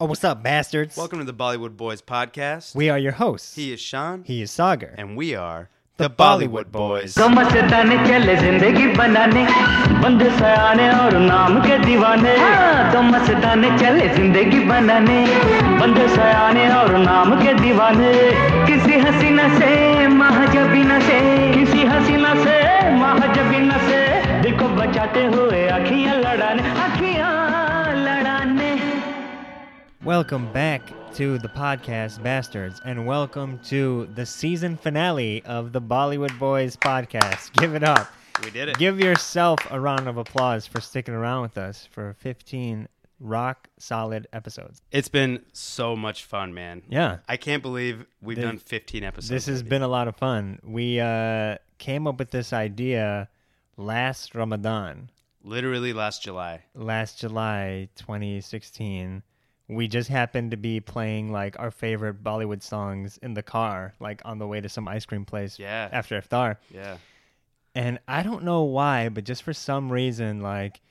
Oh, what's up, bastards? Welcome to the Bollywood Boys podcast. We are your hosts. he is Sean, He is Sagar. and we are The the, Bollywood Bollywood Boys. गम से तन चले जिंदगी बनाने बंदे सयाने और नाम के दीवाने गम से तन चले जिंदगी बनाने बंदे सयाने और नाम के दीवाने किसी हसीना से महाजबीना से किसी हसीना से महाजबीना से दिल को बचाते हुए अखियां लड़ाने अखियां लड़ाने Welcome back to the podcast, bastards, and welcome to the season finale of the Bollywood Boys podcast. Give it up. We did it. Give yourself a round of applause for sticking around with us for 15 rock solid episodes. It's been so much fun, man. Yeah. I can't believe we've This- done 15 episodes. This has been a lot of fun. We uh, came up with this idea last Ramadan. literally last July. last July 2016, we just happened to be playing like our favorite Bollywood songs in the car, like on the way to some ice cream place Yeah. after iftar. Yeah. And I don't know why, but just for some reason, like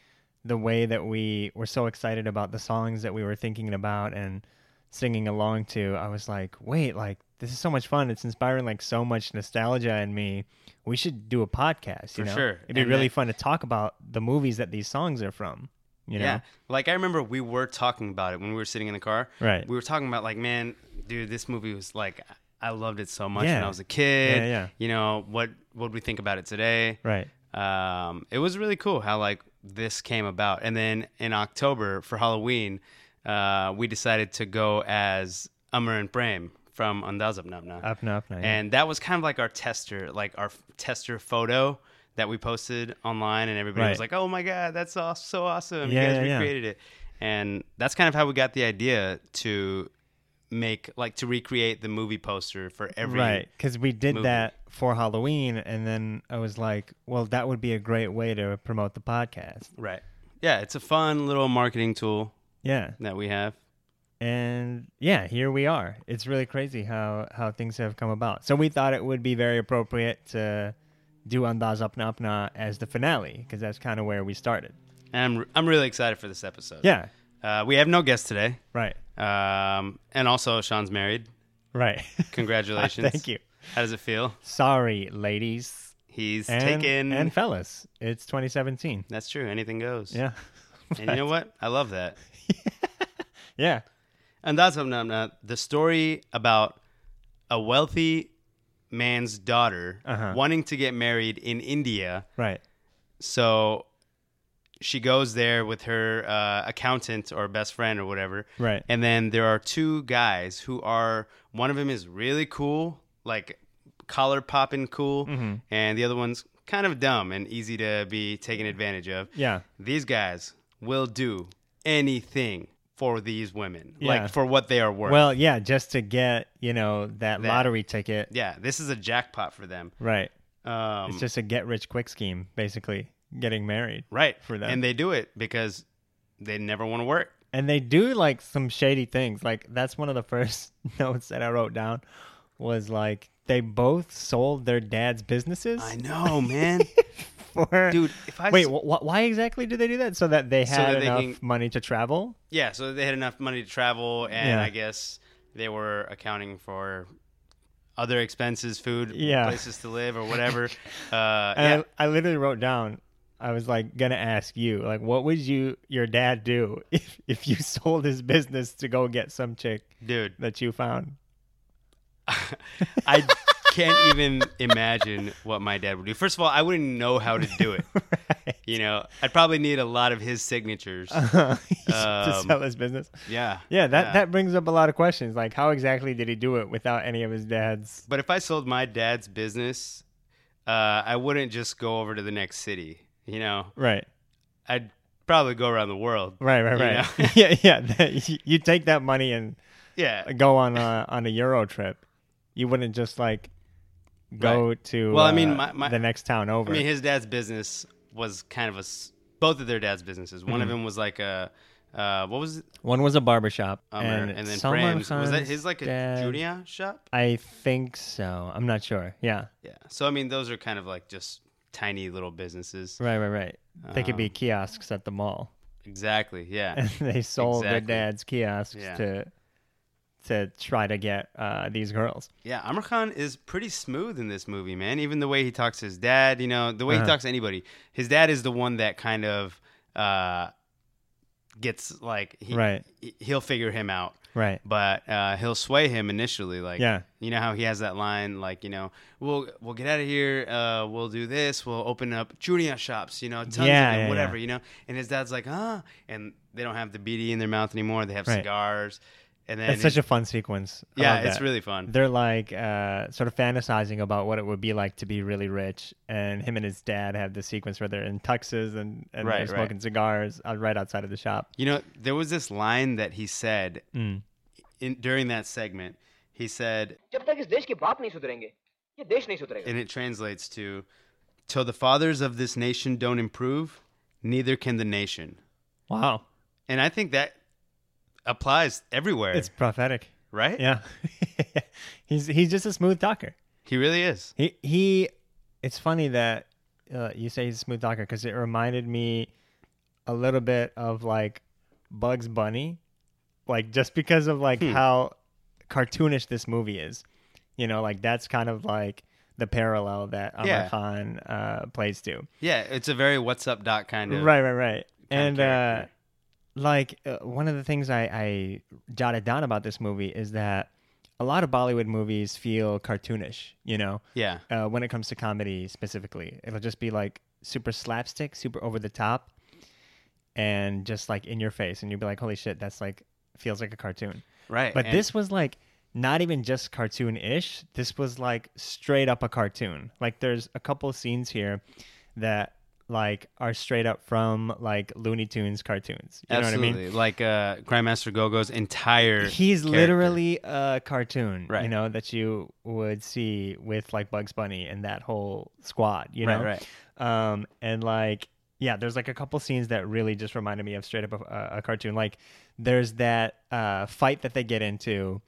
the way that we were so excited about the songs that we were thinking about and singing along to, I was like, wait, like this is so much fun. It's inspiring like so much nostalgia in me. We should do a podcast. You For know? sure. It'd be And really that- fun to talk about the movies that these songs are from. You know? Yeah. Like I remember we were talking about it when we were sitting in the car. Right. We were talking about like, man, dude, this movie was like I loved it so much when Yeah. I was a kid. Yeah, yeah. You know, what what we think about it today? Right. um, it was really cool how like this came about and then in october for halloween uh, we decided to go as amr and Prem from andaz Apnapna. Up and up night. and that was kind of like our tester like our f- tester photo that we posted online and everybody was Right. like oh my god that's aw- so awesome Yeah, you guys yeah, yeah. recreated it and that's kind of how we got the idea to make like to recreate the movie poster for every right, because we did movie. that for Halloween, and then I was like, well, that would be a great way to promote the podcast. right yeah it's a fun little marketing tool Yeah, that we have and yeah, here we are. It's really crazy how how things have come about. So we thought it would be very appropriate to do Andaz Apna Apna as the finale, because that's kind of where we started. And I'm, I'm really excited for this episode. Yeah, Uh, we have no guests today. right, Um, and also, Sean's married. right. Congratulations. Thank you. How does it feel? Sorry, ladies He's and, taken. and fellas. It's 2017. That's true. Anything goes. Yeah, And you know what? I love that. yeah, And that's um, um, uh, the story about a wealthy man's daughter Uh-huh. wanting to get married in India. right, So she goes there with her uh, accountant or best friend or whatever. right. And then there are two guys who are one of them is really cool, like collar popping cool, Mm-hmm. and the other one's kind of dumb and easy to be taken advantage of. yeah, These guys will do anything for these women, Yeah. like for what they are worth. Well, yeah, just to get you know that, lottery ticket, yeah, this is a jackpot for them. right? Um, It's just a get rich quick scheme, basically getting married, right for them. and they do it because they never want to work. and they do like some shady things. Like that's one of the first notes that I wrote down was like they both sold their dad's businesses I know, man, for. dude. If I Wait, s- wh- wh- why exactly did they do that? So that they So had that they enough can- money to travel, Yeah, so they had enough money to travel, and Yeah. I guess they were accounting for other expenses, food, Yeah. places to live, or whatever. uh, and yeah, I, I literally wrote down. I was like gonna ask you, like, what would you your dad do if if you sold his business to go get some chick? dude, that you found. I can't even imagine what my dad would do. First of all, I wouldn't know how to do it. You know, I'd probably need a lot of his signatures. to Um, sell his business. yeah, Uh, Yeah, that, that brings up a lot of questions. Like, how exactly did he do it without any of his dad's? But if I sold my dad's business, uh, I wouldn't just go over to the next city. You know, Right, I'd probably go around the world. right, right, You right. know? yeah, yeah. that- you- you take that money and Yeah, go on a, on a Euro trip. You wouldn't just like go to Well, I mean, uh, my- my- the next town over. I mean, his dad's business was kind of a. s- Both of their dad's businesses. One of Mm-hmm. them was like a. Uh, what was it? One was a barbershop, Um, and, and then Salman Prams. Was that Khan's his like a dad- Junia shop? I think so. I'm not sure. Yeah, Yeah. So I mean, those are kind of like just tiny little businesses. Um, right, right, right. They could be kiosks at the mall. Exactly. Yeah. and they sold their Exactly. dad's kiosks Yeah. to to try to get uh, these girls. Yeah, Amr Khan is pretty smooth in this movie, man. Even the way he talks to his dad, you know, the way he Uh-huh. talks to anybody. His dad is the one that kind of uh, gets like he, Right. he- He'll figure him out, Right. but uh, he'll sway him initially. Like, Yeah. you know how he has that line, like, you know, we'll we'll get out of here. Uh, we'll do this. We'll open up junior shops. You know, tons Yeah, of them, yeah, whatever. yeah. You know, and his dad's like, ah, and they don't have the BD in their mouth anymore. They have Right. cigars, and then It's such a fun sequence. I yeah, love it's that. really fun. They're like uh, sort of fantasizing about what it would be like to be really rich, and him and his dad have the sequence where they're in tuxes and, and Right, they're right. smoking cigars uh, right outside of the shop. You know, there was this line that he said Mm. in, during that segment. He said, जब तक इस देश के बाप नहीं सुधरेंगे ये देश नहीं सुधरेगा and it translates to, "Till the fathers of this nation don't improve, neither can the nation." Wow, And I think that applies everywhere, it's prophetic. right? Yeah, he's he's just a smooth talker. He really is. He he. It's funny that uh, you say he's a smooth talker because it reminded me a little bit of like Bugs Bunny, like just because of Hmm. like how cartoonish this movie is. You know, like that's kind of like the parallel that Amar Yeah. Khan uh, plays to. Yeah, it's a very "What's Up, Doc" kind of Right, right, right. And Kind of uh, character. like uh, one of the things I, I jotted down about this movie is that a lot of Bollywood movies feel cartoonish. You know, Yeah, uh, when it comes to comedy specifically. It'll just be like super slapstick, super over the top, and just like in your face, and you'll be like, "Holy shit, that's like feels like a cartoon." right. But And- this was like not even just cartoon-ish. This was like straight up a cartoon. Like there's a couple scenes here that like are straight up from like Looney Tunes cartoons. You absolutely, know what I mean? like uh, Grandmaster Gogo's entire. He's character. literally a cartoon, Right. you know, that you would see with like Bugs Bunny and that whole squad, you Right, know? right. Um, and like, yeah, there's like a couple scenes that really just reminded me of straight up a, a cartoon. Like, there's that uh, fight that they get into,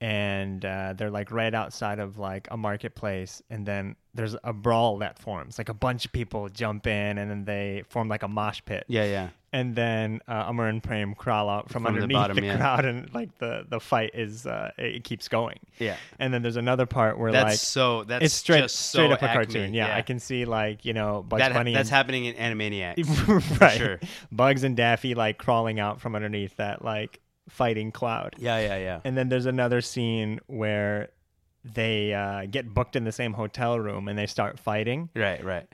and uh, they're like right outside of like a marketplace, and then there's a brawl that forms. Like, a bunch of people jump in, and then they form like a mosh pit Yeah, yeah. and then uh, Amar and Prem crawl out from, From the underneath the, bottom, yeah. crowd, and like the the fight is uh, it keeps going. Yeah. And then there's another part where That's like so. That's it's straight just so straight up a acme. cartoon. Yeah, I can see like you know Bugs That, Bunny. that's and, happening in Animaniacs. right. sure. Bugs and Daffy like crawling out from underneath that like fighting cloud. Yeah, yeah, yeah. And then there's another scene where they uh, get booked in the same hotel room and they start fighting. Right, right.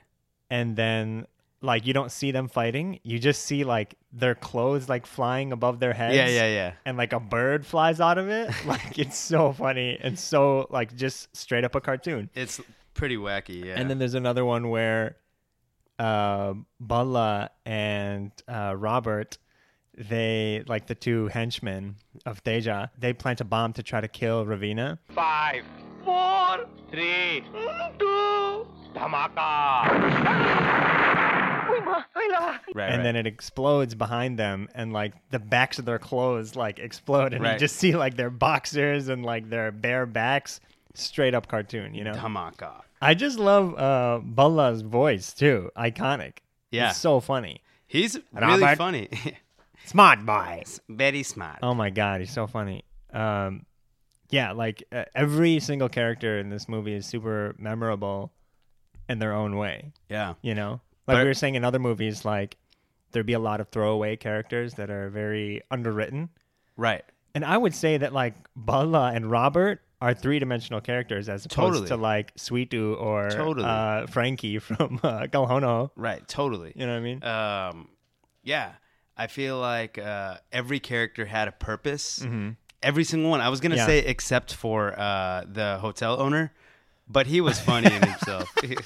and then like you don't see them fighting you just see like their clothes like flying above their heads Yeah, yeah, yeah. and like a bird flies out of it like it's so funny and so like just straight up a cartoon It's pretty wacky, yeah. and then there's another one where uh bala and uh robert they like the two henchmen of deja they plant a bomb to try to kill ravina five, four, three, two, dhamaka. right, and then it explodes behind them and like the backs of their clothes like explode and Right. you just see like their boxers and like their bare backs straight up cartoon you know Tamaka. i just love uh bala's voice too iconic Yeah. it's so funny He's really Robert. funny. smart boy Very smart. oh my god he's so funny um yeah like uh, every single character in this movie is super memorable in their own way Yeah. you know like But- we were saying in other movies like there'd be a lot of throwaway characters that are very underwritten Right. and i would say that like bala and robert are three-dimensional characters as opposed Totally. to like sweetu or Totally. uh, frankie from uh, galhono Right. Totally. you know what i mean Um, yeah. I feel like uh, every character had a purpose. Every single one. I was gonna Mm-hmm. Yeah. say except for uh, the hotel owner, but he was funny in himself. his,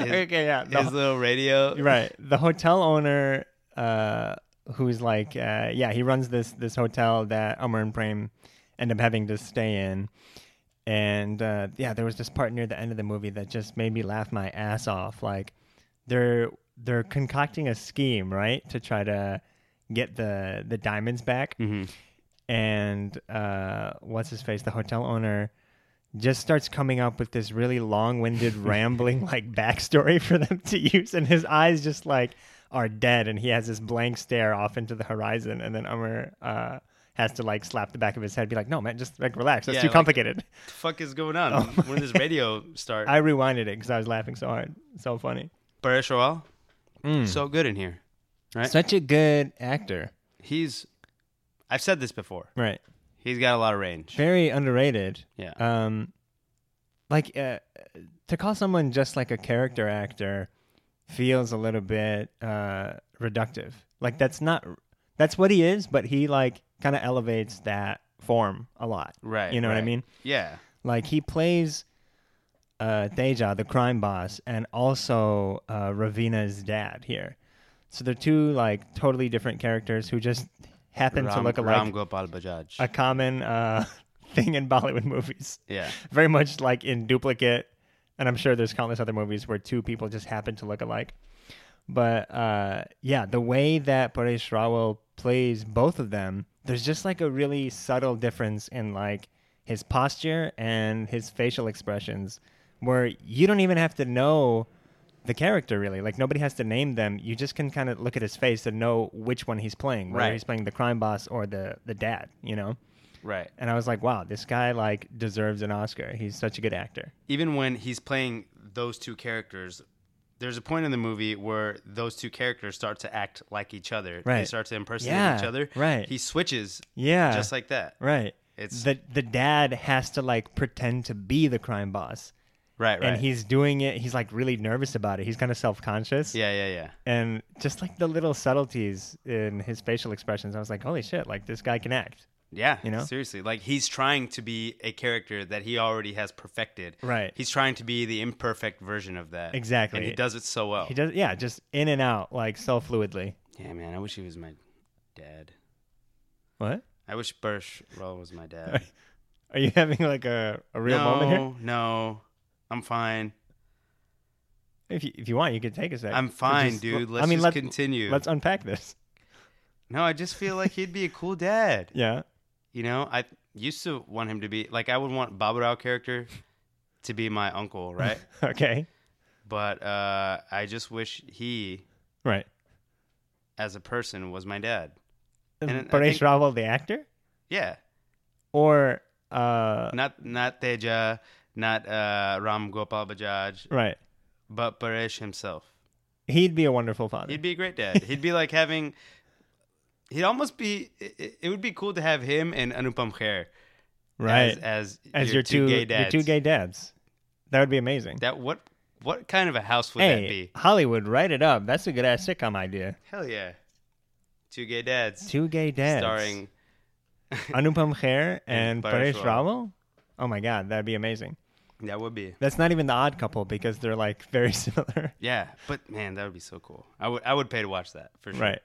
okay yeah the- his little radio. right the hotel owner uh who's like uh yeah he runs this this hotel that Amar and Prem end up having to stay in and uh yeah there was this part near the end of the movie that just made me laugh my ass off like they're they're concocting a scheme right to try to get the the diamonds back and uh what's his face the hotel owner just starts coming up with this really long-winded rambling like backstory for them to use and his eyes just like are dead, and he has this blank stare off into the horizon, and then Umar uh, has to like slap the back of his head, be like, "No, man, just like relax. That's Yeah, too like- complicated." the fuck is going on? when did this radio start? I rewinded it because I was laughing so hard, so funny. Baresh Rawal, Hmm. so good in here. Right? Such a good actor, He's, I've said this before. right? He's got a lot of range. Very underrated. Yeah. um like uh, to call someone just like a character actor feels a little bit uh reductive like that's not that's what he is but he like kind of elevates that form a lot Right, you know what i right. mean yeah. like he plays uh Deja, the crime boss, and also uh Ravina's dad here. So they're two like totally different characters who just happen to Ram, look alike. Ram Gopal Bajaj. a common uh thing in Bollywood movies yeah. very much like in duplicate and i'm sure there's countless other movies where two people just happen to look alike but uh, yeah the way that paresh rawal plays both of them there's just like a really subtle difference in like his posture and his facial expressions where you don't even have to know the character really like nobody has to name them you just can kind of look at his face and know which one he's playing whether Right. he's playing the crime boss or the the dad you know Right. and I was like, wow, this guy like deserves an Oscar. He's such a good actor. even when he's playing those two characters, there's a point in the movie where those two characters start to act like each other. They Right. start to impersonate Yeah, each other. right. He switches Yeah. just like that. right. It's- the the dad has to like pretend to be the crime boss. Right, right. And he's doing it. He's like really nervous about it. He's kind of self conscious. yeah, yeah, yeah. And just like the little subtleties in his facial expressions, I was like, holy shit, like this guy can act. Yeah, You know? seriously. Like he's trying to be a character that he already has perfected. Right. He's trying to be the imperfect version of that. Exactly. And he does it so well. He does, yeah, just in and out, like so fluidly. yeah, man. I wish he was my dad. What? I wish Birch Roll was my dad. Are you having like a, a real no, moment here? no, I'm fine. If you, if you want, you could take a second. I'm fine, dude. Let's just continue. Let's unpack this. No, I just feel like he'd be a cool dad. Yeah. You know, I used to want him to be like I would want Bob Rao character to be my uncle, right? Okay. but uh, I just wish he, Right. as a person, was my dad. And I Paresh think- Rawal, the actor, Yeah, or uh, not not Teja, not uh, Ram Gopal Bajaj, right, but Paresh himself. he'd be a wonderful father. He'd be a great dad. He'd be like having. He'd almost be. It, it would be cool to have him and Anupam Kher right, as as, As your, two, gay dads. your two gay dads. That would be amazing. That what what kind of a house would that hey, be? Hollywood, write it up. That's a good ass sitcom idea. Hell yeah. Two gay dads Two gay dads starring Anupam Kher and And Paresh Paresh Rawal. Oh my god, that'd be amazing. that would be. That's not even the odd couple because they're like very similar. Yeah, but man, that would be so cool. I would I would pay to watch that for sure. Right.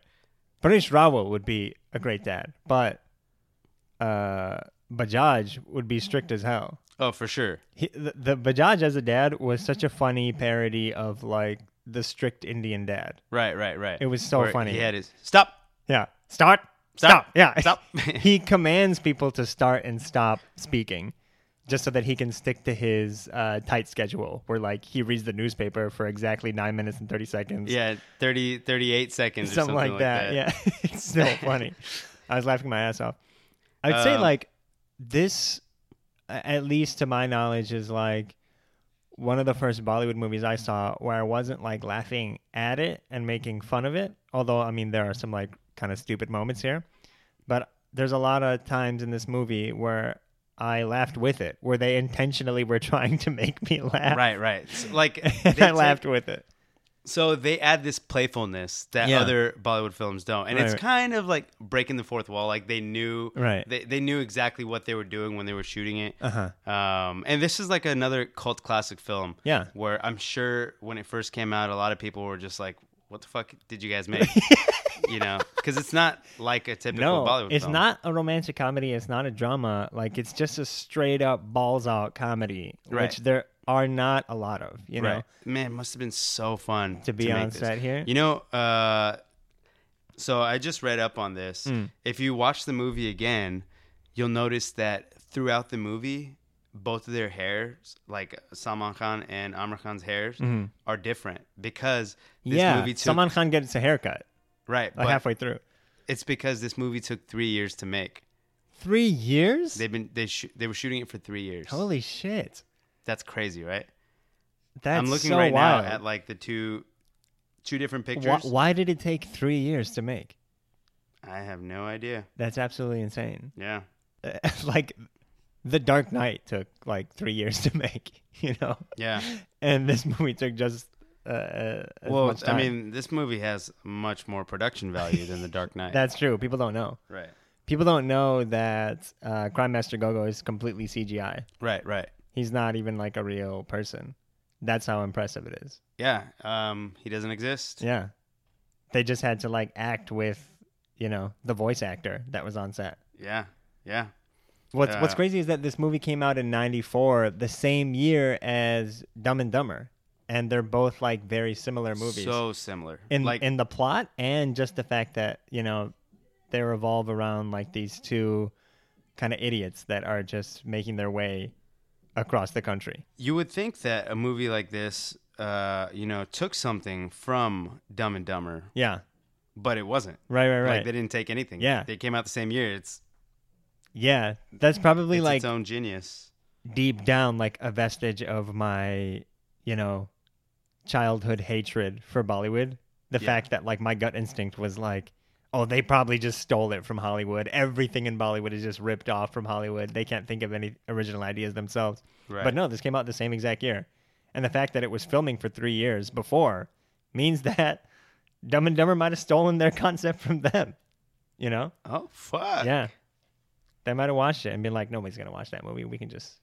Paresh Rawal would be a great dad, but uh, Bajaj would be strict as hell. Oh, for sure. he, the, the Bajaj as a dad was such a funny parody of like the strict Indian dad. Right, right, right. It was so Where funny. He had his stop. Yeah. Start. Stop. Yeah. Stop. he commands people to start and stop speaking just so that he can stick to his uh, tight schedule where like he reads the newspaper for exactly nine minutes and 30 seconds. Yeah, 30, 38 seconds Something, or like, that. Yeah. it's so funny. I was laughing my ass off. I'd say Um, like this, a- at least to my knowledge, is like one of the first Bollywood movies I saw where I wasn't like laughing at it and making fun of it. Although, I mean, there are some like kind of stupid moments here, but there's a lot of times in this movie where I laughed with it, where they intentionally were trying to make me laugh. Right, right. So, like And they I take- laughed with it. So they add this playfulness that Yeah. other Bollywood films don't, and Right, it's right. kind of like breaking the fourth wall. Like they knew, Right. They, they knew exactly what they were doing when they were shooting it. Uh-huh. Um, and this is like another cult classic film. Yeah. where I'm sure when it first came out, a lot of people were just like, "What the fuck did you guys make?" you know, because it's not like a typical No, Bollywood. it's film. not a romantic comedy. It's not a drama. Like it's just a straight up balls out comedy, Right. which there are not a lot of. You know, Right. Man, it must have been so fun To be make on this. set here. You know, uh, so I just read up on Hmm. this. If you watch the movie again, you'll notice that throughout the movie, both of their hairs, like Salman Khan and Amr Khan's hairs, Mhm. are different because this yeah, movie took Salman Khan gets a haircut right. like but halfway through. It's because this movie took three years to make. Three years? They've been they sh- they were shooting it for three years. Holy shit! That's crazy, right? That's I'm looking so right wild. now at like the two two different Wh- pictures. why, did it take three years to make? I have no idea. That's absolutely insane. Yeah. like, The Dark Knight took like three years to make. You know, Yeah. and this movie took just uh, uh, as well, much I time. mean, this movie has much more production value than The Dark Knight. that's true. People don't know. right. People don't know that uh, Crime Master Gogo is completely CGI. Right, right. He's not even like a real person. That's how impressive it is. Yeah. Um he doesn't exist. Yeah, they just had to like act with, you know, the voice actor that was on set. Yeah. Yeah. What's what's Uh, crazy is that this movie came out in '94, the same year as Dumb and Dumber, and they're both like very similar movies So similar. in like in the plot and just the fact that you know they revolve around like these two kind of idiots that are just making their way across the country. you would think that a movie like this uh, you know, took something from Dumb and Dumber, Yeah, but it wasn't. right, right, right. Like they didn't take anything. Yeah. They came out the same year. It's yeah, that's probably it's like its own genius. deep down like a vestige of my you know childhood hatred for bollywood the Yeah. fact that like my gut instinct was like oh they probably just stole it from hollywood everything in bollywood is just ripped off from hollywood they can't think of any original ideas themselves Right. but no this came out the same exact year and the fact that it was filming for three years before means that dumb and dumber might have stolen their concept from them you know Oh fuck. yeah they might have watched it and been like nobody's gonna watch that movie we can just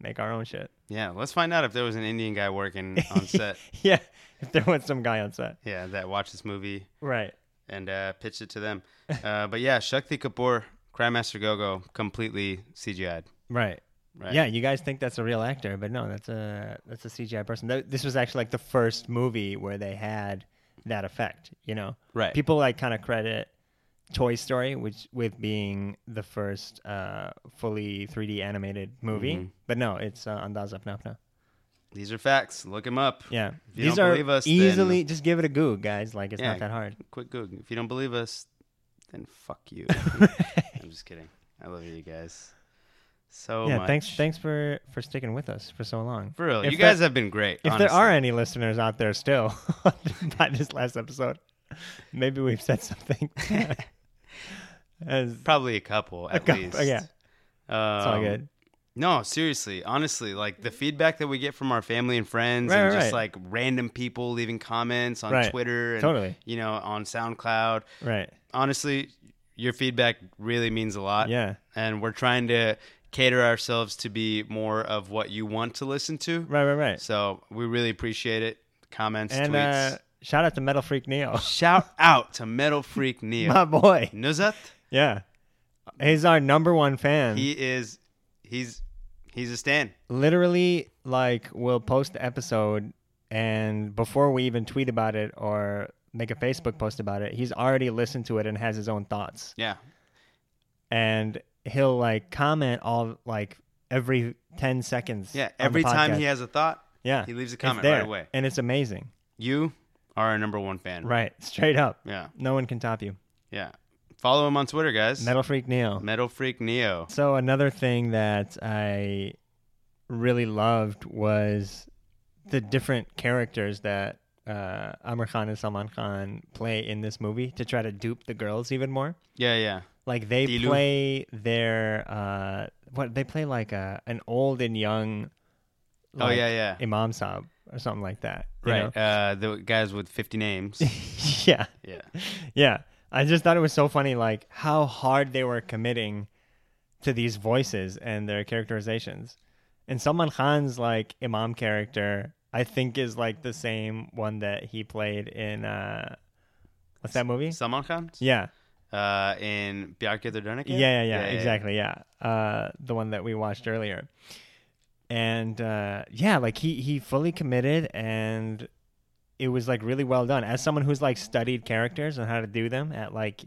make our own shit Yeah, let's find out if there was an Indian guy working on set. yeah, if there was some guy on set. yeah, that watched this movie Right. and uh, pitched it to them. Uh, but yeah, Shakti Kapoor, Crime Master Gogo, completely CGI'd. Right. Right. Yeah, you guys think that's a real actor, but no, that's a that's a CGI person. Th- This was actually like the first movie where they had that effect, you know. Right. People like kind of credit Toy Story which with being the first uh fully 3D animated movie, Mm-hmm. but no, it's uh, Andaz Apna These are facts. Look them up. Yeah. If you These don't are believe us, easily then- just give it a goo, guys, like it's Yeah. not that hard. Quick Google. If you don't believe us, then fuck you. I'm just kidding. I love you guys so yeah, much. thanks thanks for for sticking with us for so long. For real, If you there- guys have been great. If there are honestly. any listeners out there still by this last episode, maybe we've said something. As, probably a couple at couple, least. yeah. Um, it's all good. No, seriously, honestly, like the feedback that we get from our family and friends, Right, and right, just right. like random people leaving comments on Right. Twitter, and, Totally. you know, on SoundCloud. Right. Honestly, your feedback really means a lot. Yeah. and we're trying to cater ourselves to be more of what you want to listen to. Right, right, right. So we really appreciate it. Comments, and tweets. uh, shout out to Metal Freak Neo, Shout out to Metal Freak Neo my boy. Nuzat. Yeah. He's our number one fan. He is, he's, he's a stan. literally like we'll post the episode and before we even tweet about it or make a Facebook post about it, he's already listened to it and has his own thoughts. Yeah, and he'll like comment all like every 10 seconds yeah. on the Every time he podcast. has a thought, yeah he leaves a it's comment there, right away. Mm-hmm. and it's amazing You are our number one fan. right straight up Yeah. no one can top you Yeah. Follow him on Twitter, guys. metal freak neo Metal Freak Neo. so another thing that i really loved was the different characters that uh, Amr Khan and Salman Khan play in this movie to try to dupe the girls even more. Yeah, yeah. Like they Dilu. play their uh, what they play like a an old and young. oh, like, yeah, yeah. Imam Saab or something like that. you Right. know? Uh, the guys with 50 names. yeah. yeah. Yeah. I just thought it was so funny, like how hard they were committing to these voices and their characterizations. And Salman Khan's like Imam character, I think, is like the same one that he played in uh, what's that movie? Salman Khan? Yeah. Uh, in Pyar Ke Dardane Ke? Yeah, yeah, yeah, exactly. Yeah. Uh, the one that we watched earlier. And uh, yeah, like he, he fully committed and it was like really well done. As someone who's like studied characters and how to do them at like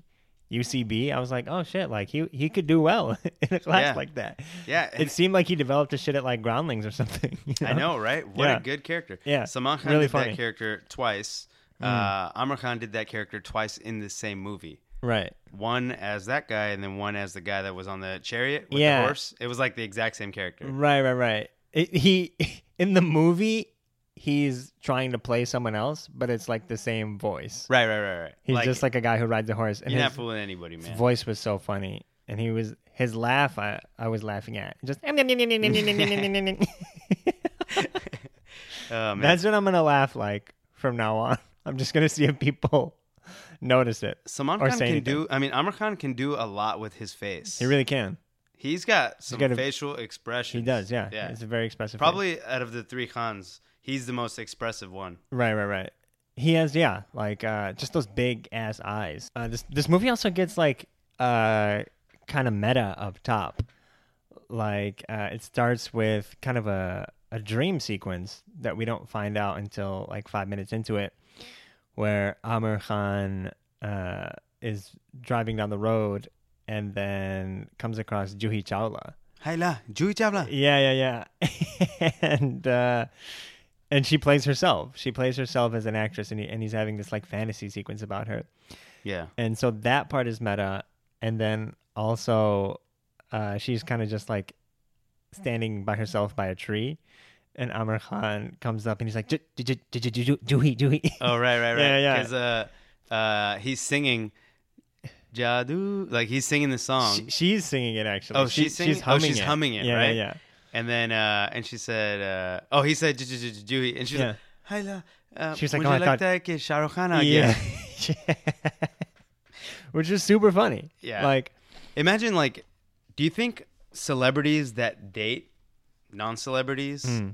UCB, I was like, oh shit, like he he could do well in a class Yeah. like that. Yeah, It seemed like he developed a shit at like Groundlings or something. you I know, right? What Yeah. a good character. Yeah, Salman Khan really did funny. Hmm. that character twice. Uh, Amr Khan did that character twice in the same movie. Right. One as that guy, and then one as the guy that was on the chariot with Yeah. Mm-hmm. the horse. It was like the exact same character. Right, right, right. It, he in the movie he's trying to play someone else, but it's like the same voice. Right, right, right, right. He's just like a guy who rides a horse, and you're not his fooling anybody, man. voice was so funny, and he was his laugh. I I was laughing at just. Oh, man. That's what I'm gonna laugh like from now on. I'm just gonna see if people notice it. Salman or Khan say can do. I mean, Amr Khan can do a lot with his face. He really can. He's got some got a- facial expression. He does. Yeah. Yeah. It's a very expressive. face. Probably out of the three Khans, he's the most expressive one. Right, right, right. He has yeah, like uh just those big ass eyes. Uh this this movie also gets like uh kind of meta up top. Like uh it starts with kind of a a dream sequence that we don't find out until like 5 minutes into it where Amr Khan uh is driving down the road and then comes across Juhi Chawla. Haila, Jui Chavla. Yeah, yeah, yeah. and uh, and she plays herself. She plays herself as an actress, and he, and he's having this like fantasy sequence about her. Yeah. And so that part is meta. And then also, uh, she's kind of just like standing by herself by a tree. And Amr Khan comes up and he's like, "Ju- ju- ju- ju- ju- ju- ju- Juhi, Juhi. Oh right, right, right. Yeah, yeah. Because uh, uh, he's singing Jadu, like he's singing the song, She, she's singing it actually. Um, Oh, she's singing- She's oh, humming she's it. humming it, yeah, right? Yeah, yeah. and then uh, and she said, uh, oh, he said Jadu, and she's Yeah. like, Haila. Uh, She was like, "Would "Oh, you I like thought- that kid Shahrukh Khan again?" yeah. Which is super funny. Yeah. Like, Imagine like, do you think celebrities that date non-celebrities, Hmm.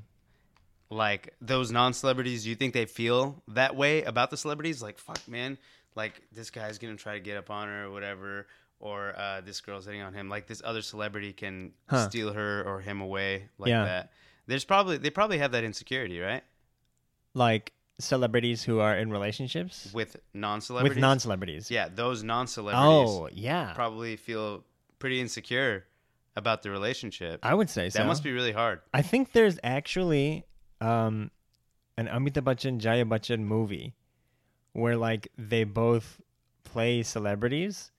like those non-celebrities, do you think they feel that way about the celebrities? Like, fuck, man, like this guy's gonna try to get up on her or whatever, or uh, this girl's hitting on him. Like this other celebrity can Huh. steal her or him away like Yeah. that. There's probably they probably have that insecurity, right? like celebrities who are in relationships With non-celebrities. with non-celebrities. Yeah, those non-celebrities Oh, yeah. probably feel pretty insecure about the relationship. I would say so. That must be really hard. I think there's actually um, an Amitabh Bachchan Jaya Bachchan movie where like they both play celebrities,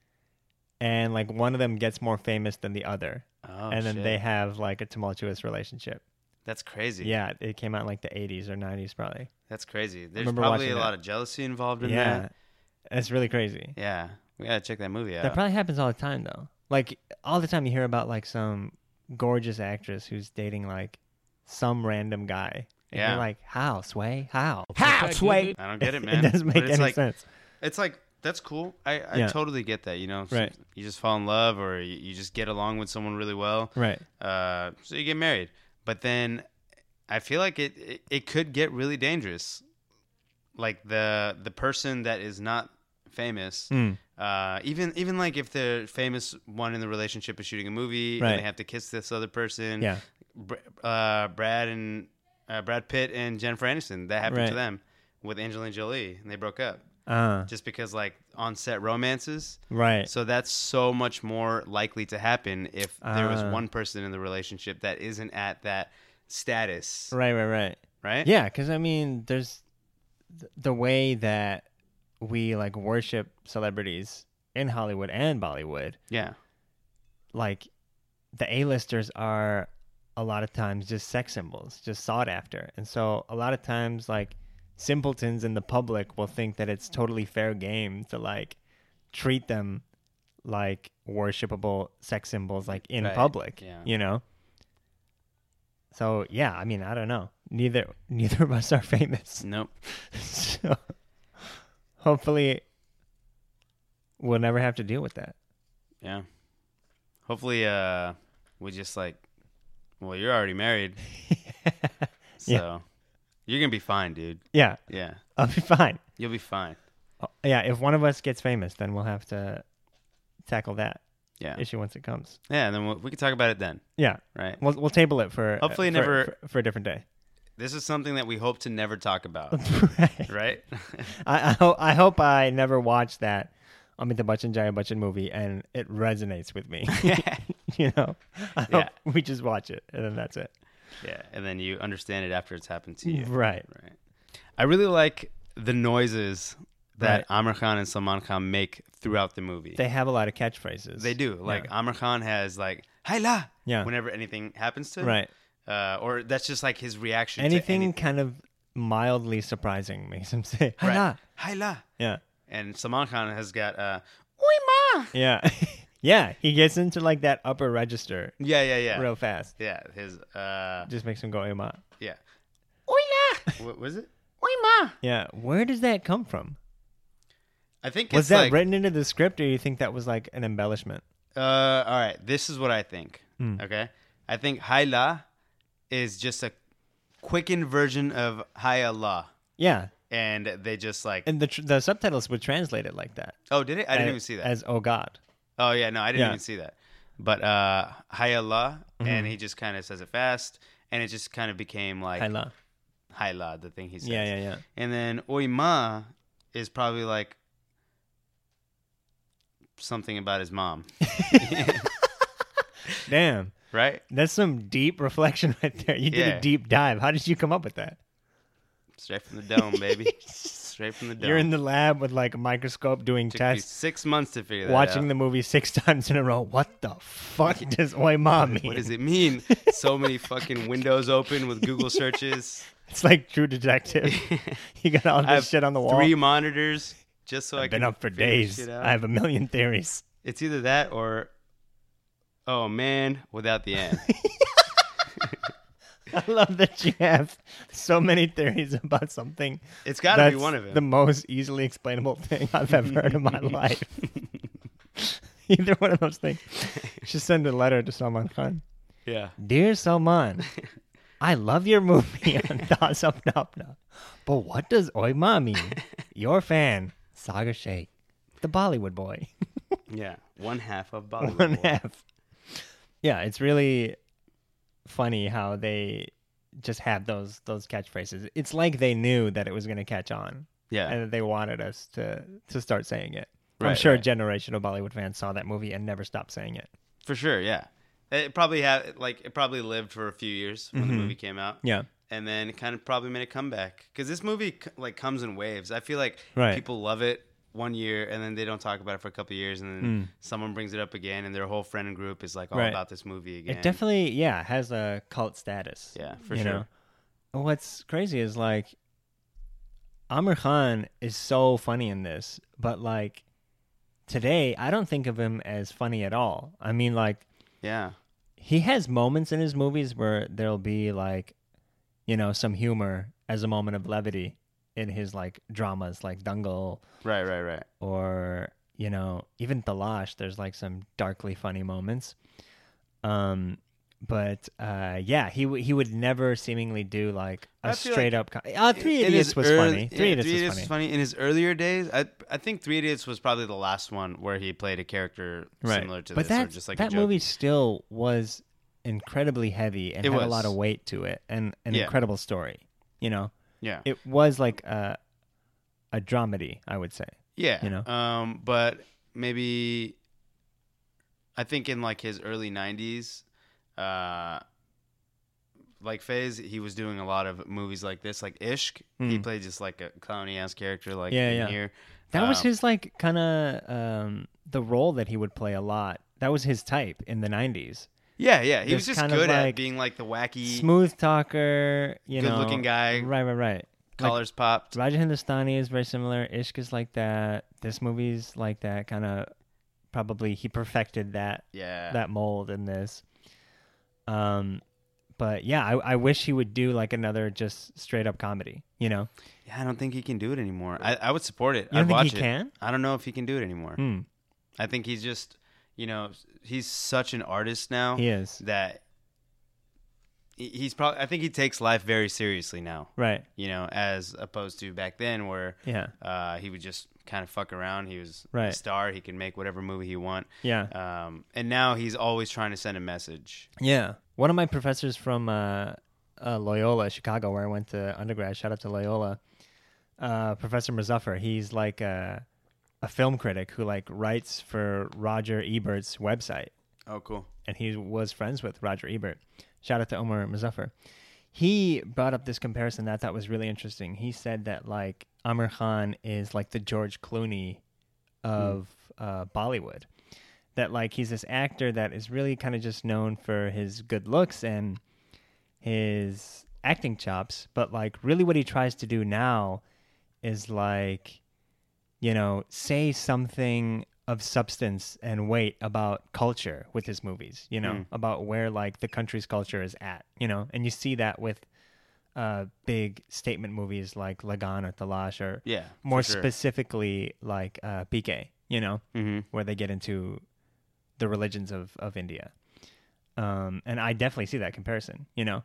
and like one of them gets more famous than the other, Oh, and then shit. they have like a tumultuous relationship. That's crazy. Yeah, it came out in like the 80s or 90s probably. That's crazy. There's remember probably a watching lot that. of jealousy involved in Yeah, that. it's really crazy. Yeah. We got to check that movie out. That probably happens all the time though. Like all the time you hear about like some gorgeous actress who's dating like some random guy. And Yeah. You're like, how, Sway? How? How, Sway? I don't get it, It man. doesn't But make it's any like, sense. It's like, that's cool. I, I Yeah. totally get that, you know? Right. You just fall in love or you, you just get along with someone really well. Right. Uh, so you get married. But then I feel like it, it, it could get really dangerous. Like the the person that is not famous Mm. uh, even even like if the famous one in the relationship is shooting a movie Right. and they have to kiss this other person. Yeah. Br- uh, Brad and uh, Brad Pitt and Jennifer Aniston that happened to Right. them with Angelina Jolie and they broke up Uh, just because like on set romances. right. So that's so much more likely to happen if there was Ah. one person in the relationship that isn't at that status, right? Right, right, right. Yeah, because I mean, there's th- the way that we like worship celebrities in Hollywood and Bollywood. Yeah. like the A-listers are a lot of times just sex symbols, just sought after. And so a lot of times like simpletons in the public will think that it's totally fair game to like treat them like worshipable sex symbols like in Right, public, yeah. you know? So yeah, I mean, I don't know. Neither neither of us are famous. Nope. So hopefully we'll never have to deal with that. Yeah. Hopefully, uh, we just like, well, you're already married, so Yeah. you're gonna be fine, dude. Yeah, Yeah, I'll be fine. you'll be fine. Oh, yeah, if one of us gets famous, then we'll have to tackle that Yeah, issue once it comes. yeah. And then we'll, we can talk about it then, Yeah, right? we'll we'll table it for uh, Hopefully for- never- for, for a different day. This is something that we hope to never talk about, right. right? I I, ho- I hope I never watch that Amitabh Bachchan Jaya Bachchan movie, and it resonates with me. you know, I Yeah. hope we just watch it, and then that's it. Yeah, and then you understand it after it's happened to you. Right. Right. I really like the noises that Right. Amr Khan and Salman Khan make throughout the movie. They have a lot of catchphrases. They do. Like Yeah. Amr Khan has like "Hayla" Yeah. whenever anything happens to him. right. Uh, or that's just like his reaction Anything, to anything. kind of mildly surprising makes him say, "Hala." Right. "Hayla." Yeah. And Salman Khan has got uh, "Uy ma." Yeah. yeah. He gets into like that upper register Yeah, yeah, yeah. real fast. Yeah, his uh, Just makes him go, "Hey, ma." yeah. "Uy la." what was it? "Uy ma." Yeah. Where does that come from? I think Was it's that like, written into the script, or you think that was like an embellishment? Uh, all right. This is what I think. Hmm. Okay, I think Haila is just a quickened version of Hi Allah, Yeah. and they just like. And the tr- the subtitles would translate it like that. oh, did it? I didn't As- even see that. As "Oh God." oh yeah, no, I didn't Yeah. Mm-hmm. even see that. But uh, Hi Allah, and he just kind of says it fast, and it just kind of became like I love. Hi Allah, the thing he says. Yeah, yeah, yeah. And then Oima is probably like something about his mom, Damn. right? That's some deep reflection right there. You did Yeah. a deep dive. How did you come up with that? Straight from the dome, baby. Straight from the dome. You're in the lab with like a microscope doing Took me uh, tests, six months to figure that watching out. the movie six times in a row. What the fuck does Oi Ma mean? What does it mean? so many fucking windows open with Google searches. It's like True Detective. you got all I have this shit on the wall. Three monitors just so I I've been can up for figure days. shit out. I have a million theories. It's either that or oh man without the end. I love that you have so many theories about something. It's got to That's be one of them. the most easily explainable thing I've ever heard in my life. Either one of those things. Should send a letter to Salman Khan. yeah. Dear Salman, I love your movie on Das Up Napna, but what does Oi Ma mean? Your fan, Sagar Sheikh, the Bollywood boy. Yeah. One half of Bollywood. One Boy. half. Yeah, it's really funny how they just have those those catchphrases. It's like they knew that it was going to catch on Yeah. and that they wanted us to to start saying it. I'm Right, sure right. generational Bollywood fans saw that movie and never stopped saying it. For sure, yeah. It probably had like it probably lived for a few years when Mm-hmm. the movie came out. Yeah. and then it kind of probably made a comeback because this movie c- like comes in waves. I feel like Right. people love it one year and then they don't talk about it for a couple of years, and then someone brings it up again, and their whole friend group is like all Hmm. Right. about this movie again. It definitely, yeah, has a cult status. Yeah, for you sure. know? And What's crazy is like Amr Khan is so funny in this, but like today, I don't think of him as funny at all. I mean, like yeah, he has moments in his movies where there'll be like, you know, some humor as a moment of levity in his like dramas, like Dangal right, right, right. or you know even Talash, there's like some darkly funny moments. Um, but uh, yeah, he w- he would never seemingly do like I a feel like straight up. Co- uh, Three In his Idiots was ear- funny. yeah, Three Idiots was was funny. funny. In his earlier days, I I think Three Idiots was probably the last one where he played a character similar to but this, or that just like a that joke. movie still was incredibly heavy and It had a was. lot of weight to it and an Yeah. incredible story. You know, Yeah, it was like a a dramedy, I would say. Yeah. you know? Um, but maybe I think in like his early nineties, uh like phase, he was doing a lot of movies like this, like Ishk. He Mm. played just like a clowny ass character like Yeah, in yeah. here. That was Um, his like kind of um, the role that he would play a lot. That was his type in the '90s. Yeah, yeah. He was This just kind of, good at like, being like the wacky Smooth talker, you know, Good-looking guy. Right, right, right. collars popped. Raja Hindustani is very similar. Ishq is like that. This movie's like that. Kind of probably he perfected that Yeah. that mold in this. Um, but yeah, I, I wish he would do like another just straight up comedy. You know, yeah, I don't think he can do it anymore. I, I would support it. You don't I'd think watch he it. can? I don't know if he can do it anymore. Hmm. I think he's just you know, he's such an artist now. he is that he- he's probably i think he takes life very seriously now right. you know as opposed to back then where Yeah, uh, he would just kind of fuck around he was a Right. star he can make whatever movie he want yeah. um, and now he's always trying to send a message Yeah. One of my professors from uh, uh, Loyola, Chicago, where I went to undergrad, shout out to Loyola, uh, Professor Muzaffar, he's like a, a film critic who like writes for Roger Ebert's website, Oh, cool. and he was friends with Roger Ebert. Shout out to Omar Muzaffar. He brought up this comparison that I thought was really interesting. He said that like Amir Khan is like the George Clooney of uh, Bollywood. That like he's this actor that is really kind of just known for his good looks and his acting chops, but like really what he tries to do now is like you know, say something of substance and weight about culture with his movies, you know, about where like the country's culture is at, you know, and you see that with uh big statement movies like Lagan or Talash or Yeah, for more sure. specifically like uh PK, you know, Mhm. where they get into the religions of of India. Um and I definitely see that comparison, you know.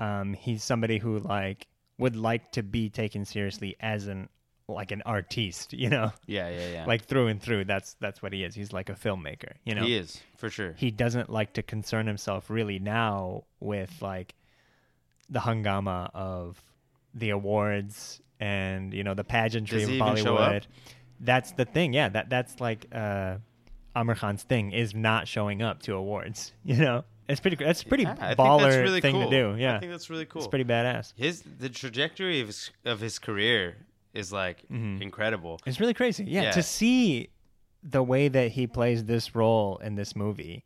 Um he's somebody who like would like to be taken seriously as an like an artiste, you know Yeah, yeah, yeah. like through and through that's that's what he is he's like a filmmaker you know he is for sure. He doesn't like to concern himself really now with like the hungama of the awards and you know the pageantry Does he of even show bollywood up? that's the thing yeah that that's like uh amir khan's thing is not showing up to awards you know it's pretty that's pretty Yeah, Ah, I think baller that's really thing cool. to do yeah I think that's really cool. it's pretty badass his the trajectory of his, of his career is like Mm-hmm. incredible. It's really crazy. Yeah, Yeah. to see the way that he plays this role in this movie,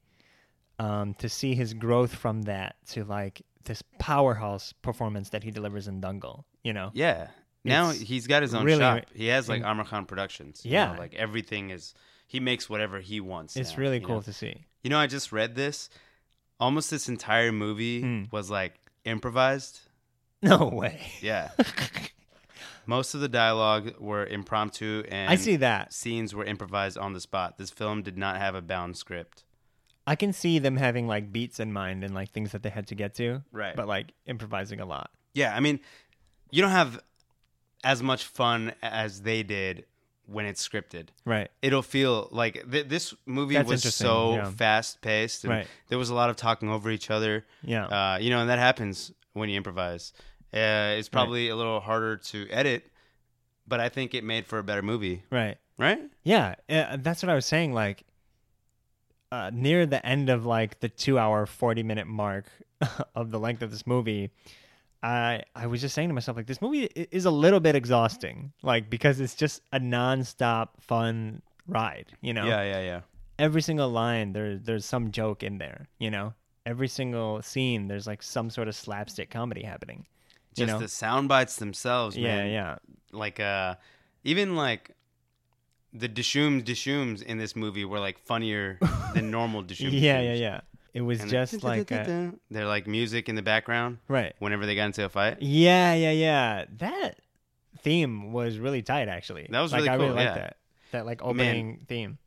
um, to see his growth from that to like this powerhouse performance that he delivers in Dungle, you know? Yeah. Now It's he's got his own really- shop. He has like Amar Khan Productions. you Yeah. know, like everything is he makes whatever he wants. it's now, really you cool know? to see. You know, I just read this. Almost this entire movie Hmm. was like improvised. No way. Yeah. Most of the dialogue were impromptu and I see that. scenes were improvised on the spot. This film did not have a bound script. I can see them having like beats in mind and like things that they had to get to, Right. But like improvising a lot. Yeah, I mean, you don't have as much fun as they did when it's scripted. Right. It'll feel like th- this movie That's was interesting, so yeah. fast paced, and Right. Oh. there was a lot of talking over each other. Yeah. uh, you know, and that happens when you improvise. Uh, it's probably a little harder to edit, but I think it made for a better movie, Right. right? Yeah, uh, that's what I was saying. Like uh, near the end of like the two-hour, forty-minute mark of the length of this movie, I I was just saying to myself like this movie i- is a little bit exhausting, like because it's just a non-stop fun ride. You know, Yeah, yeah, yeah. every single line there there's some joke in there. You know, every single scene there's like some sort of slapstick comedy happening. Just you know, the sound bites themselves, yeah, man. yeah, Like, uh, even like the Dishoom Dishooms in this movie were like funnier than normal Dishoom. yeah, yeah, Dishooms. yeah. It was And just like a, they're like music in the background right. whenever they got into a fight. Yeah, yeah, yeah. That theme was really tight, actually. That was like, really I cool, really yeah. liked that. That like opening theme.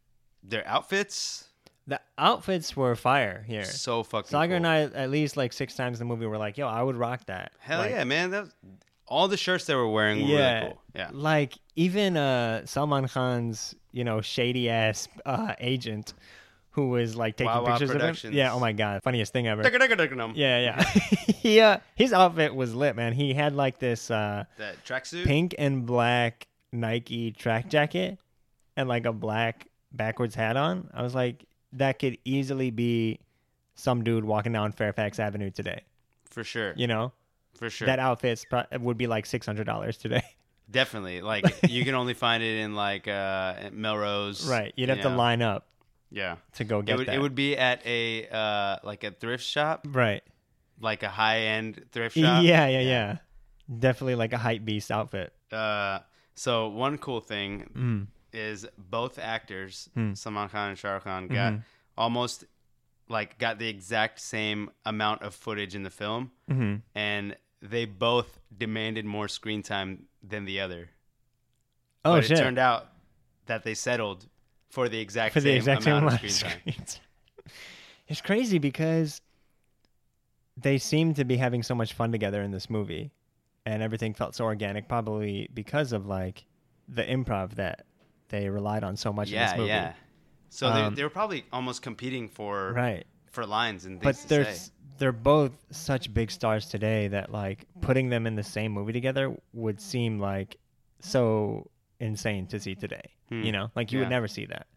Their outfits The outfits were fire here. so fucking. Sagar cool. and I, at least like six times in the movie, were like, "Yo, I would rock that." Hell Like- yeah, man! That all the shirts they were wearing were yeah, really cool. Yeah, Like even uh, Salman Khan's, you know, shady ass uh, agent, who was like taking Wawa pictures of him. Productions. Yeah. Oh my god, funniest thing ever. yeah. Yeah, yeah. he, uh, his outfit was lit, man. He had like this. Uh, That tracksuit. pink and black Nike track jacket and like a black backwards hat on. I was like, that could easily be some dude walking down Fairfax Avenue today. for sure. You know, for sure. that outfit's pro- would be like six hundred dollars today. Definitely. Like you can only find it in like uh, Melrose. right? You'd have you to know? line up Yeah. to go It get would, that. it would be at a uh, like a thrift shop, right? like a high end thrift Yeah, shop. yeah, yeah, Definitely like a hype beast outfit. Uh, so one cool thing Mm. is both actors, Mm. Salman Khan and Shah Rukh Khan, got Mm-hmm. almost like got the exact same amount of footage in the film, hmm and they both demanded more screen time than the other. Oh but shit! It turned out that they settled for the exact for same the exact same amount amount of of screen time. screens. it's crazy because they seem to be having so much fun together in this movie, and everything felt so organic, probably because of like the improv that they relied on so much in Yeah, this movie. yeah. So Um, they, they were probably almost competing for Right. for lines and But things to they're say. s- they're both such big stars today that like putting them in the same movie together would seem like so insane to see today. You know, like you Hmm. Yeah. would never see that.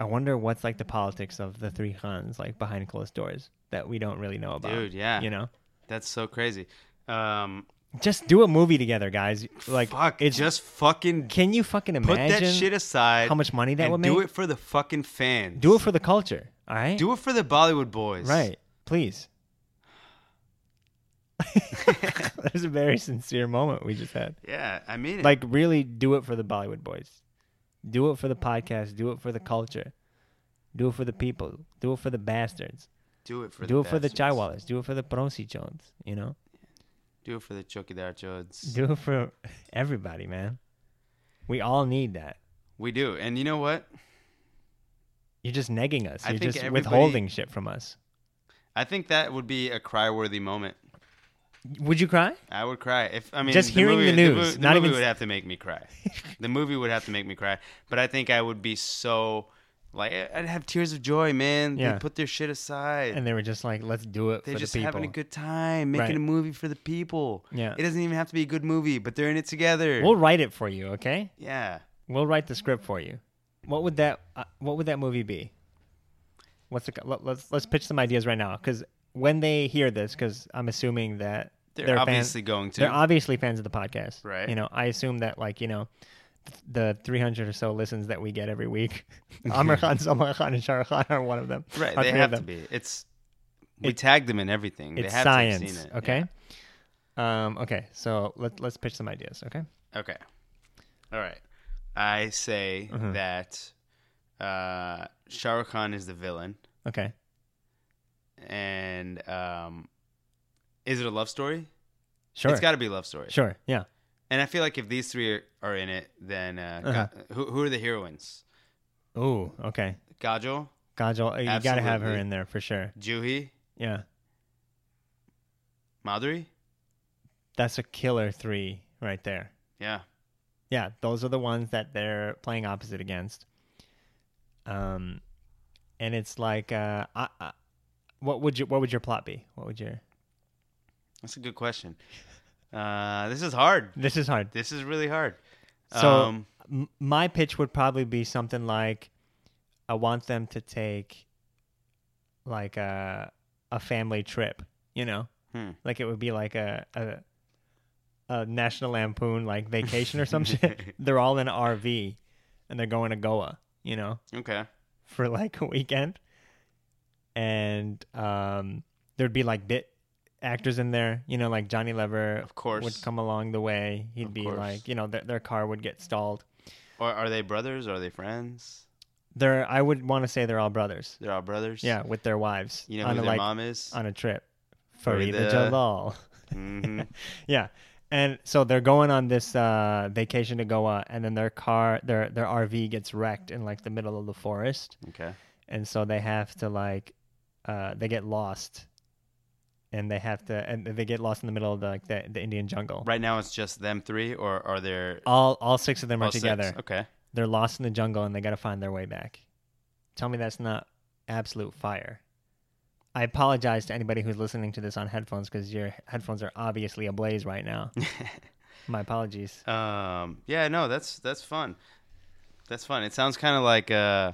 I wonder what's like the politics of the three Khans like behind closed doors that we don't really know about. Dude, yeah. You know, That's so crazy. Um, just do a movie together, guys. Like, fuck, it's just fucking can you fucking put imagine that shit aside. how much money that and would Do make? it for the fucking fans. Do it for the culture. All right. do it for the Bollywood boys. Right. Please. that was a very sincere moment we just had. Yeah, I mean it. Like, really do it for the Bollywood boys. Do it for the podcast. Do it for the culture. Do it for the people. Do it for the bastards. do it for do the it for the bastards. chaiwalas. Do it for the Prosi Jones, you know? Do it for the Chokidar Chods. Do it for everybody, man. We all need that. We do. And you know what? You're just negging us. I You're think just everybody- withholding shit from us. I think that would be a cry worthy moment. Would you cry? I would cry if I mean Just hearing movie, the The, news, movie, not the movie even- would have to make me cry. the movie would have to make me cry, but I think I would be so like I- I'd have tears of joy, man. Yeah. They put their shit aside. And they were just like, let's do it they're for just the people. having a good time, making Right. a movie for the people. Yeah. it doesn't even have to be a good movie, but they're in it together. We'll write it for you, okay? yeah, We'll write the script for you. What would that uh, What would that movie be? What's the, let, let's let's pitch some ideas right now because when they hear this, because I'm assuming that they're, fans- obviously going to. they're obviously fans of the podcast, Right. You know, I assume that like you know, th- the 300 or so listens that we get every week, Amr Khan, Salman Khan, and Shah Rukh Khan are one of them. right, are they three of have to them. be. It's we tag them in everything. It's they have science, to have seen it. okay? Um, okay, so let let's pitch some ideas, okay? Okay. All right. I say Mm-hmm. that uh, Shah Rukh Khan is the villain, Okay, and um, is it a love story? sure, It's got to be a love story. sure, yeah. And I feel like if these three are, are in it, then uh, Uh-huh. Ga- who, who are the heroines? Ooh, okay. Gajol, Kajol, uh, you gotta have her Absolutely. in there for sure. Juhi, Yeah, Madhuri. that's a killer three right there. Yeah. Yeah, those are the ones that they're playing opposite against. Um, and it's like, uh, I, I, what would you, what would your plot be? What would your? That's a good question. Uh, this is hard. This is hard. This is really hard. Um, So m- my pitch would probably be something like, I want them to take, like a a family trip. You know, Hmm. like it would be like a a, a National Lampoon like vacation or some shit. They're all in an RV, and they're going to Goa. You know, okay. for like a weekend, and um, there'd be like bit actors in there. You know, like Johnny Lever, Of course. would come along the way. He'd Of be course. like, you know, their their car would get stalled. Or are they brothers? are they friends? They're I would want to say they're all brothers. They're all brothers. Yeah, with their wives. You know on who a, their like mom is? on a trip. Farida Farida. Jalal. hmm Yeah. And so they're going on this uh, vacation to Goa, and then their car, their their RV gets wrecked in like the middle of the forest, Okay. and so they have to like, uh, they get lost, and they have to, and they get lost in the middle of the, like the, the Indian jungle. Right now it's just them three, or are there All all six of them all are six? together. Okay. They're lost in the jungle, and they got to find their way back. Tell me that's not absolute fire. I apologize to anybody who's listening to this on headphones because your headphones are obviously ablaze right now. My apologies. Um. Yeah. No. That's that's fun. That's fun. It sounds kind of like uh,